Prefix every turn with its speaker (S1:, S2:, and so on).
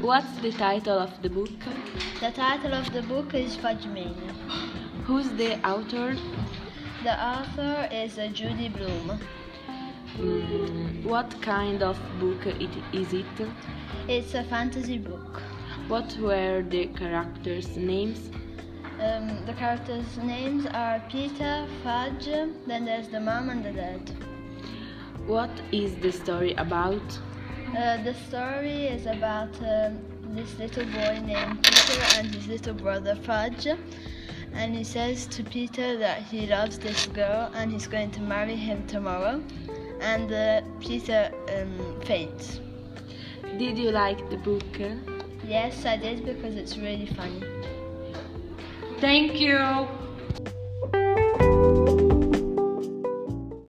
S1: What's the title of the book?
S2: The title of the book is Fudge Mania.
S1: Who's the author?
S2: The author is uh, Judy Bloom.
S1: Mm, what kind of book it, is it?
S2: It's a fantasy book.
S1: What were the characters' names?
S2: Um, the characters' names are Peter, Fudge, then there's the mom and the dad.
S1: What is the story about?
S2: Uh, the story is about um, this little boy named Peter and his little brother Fudge. And he says to Peter that he loves this girl and he's going to marry him tomorrow. And uh, Peter um, faints.
S1: Did you like the book?
S2: Yes, I did because it's really funny.
S1: Thank you.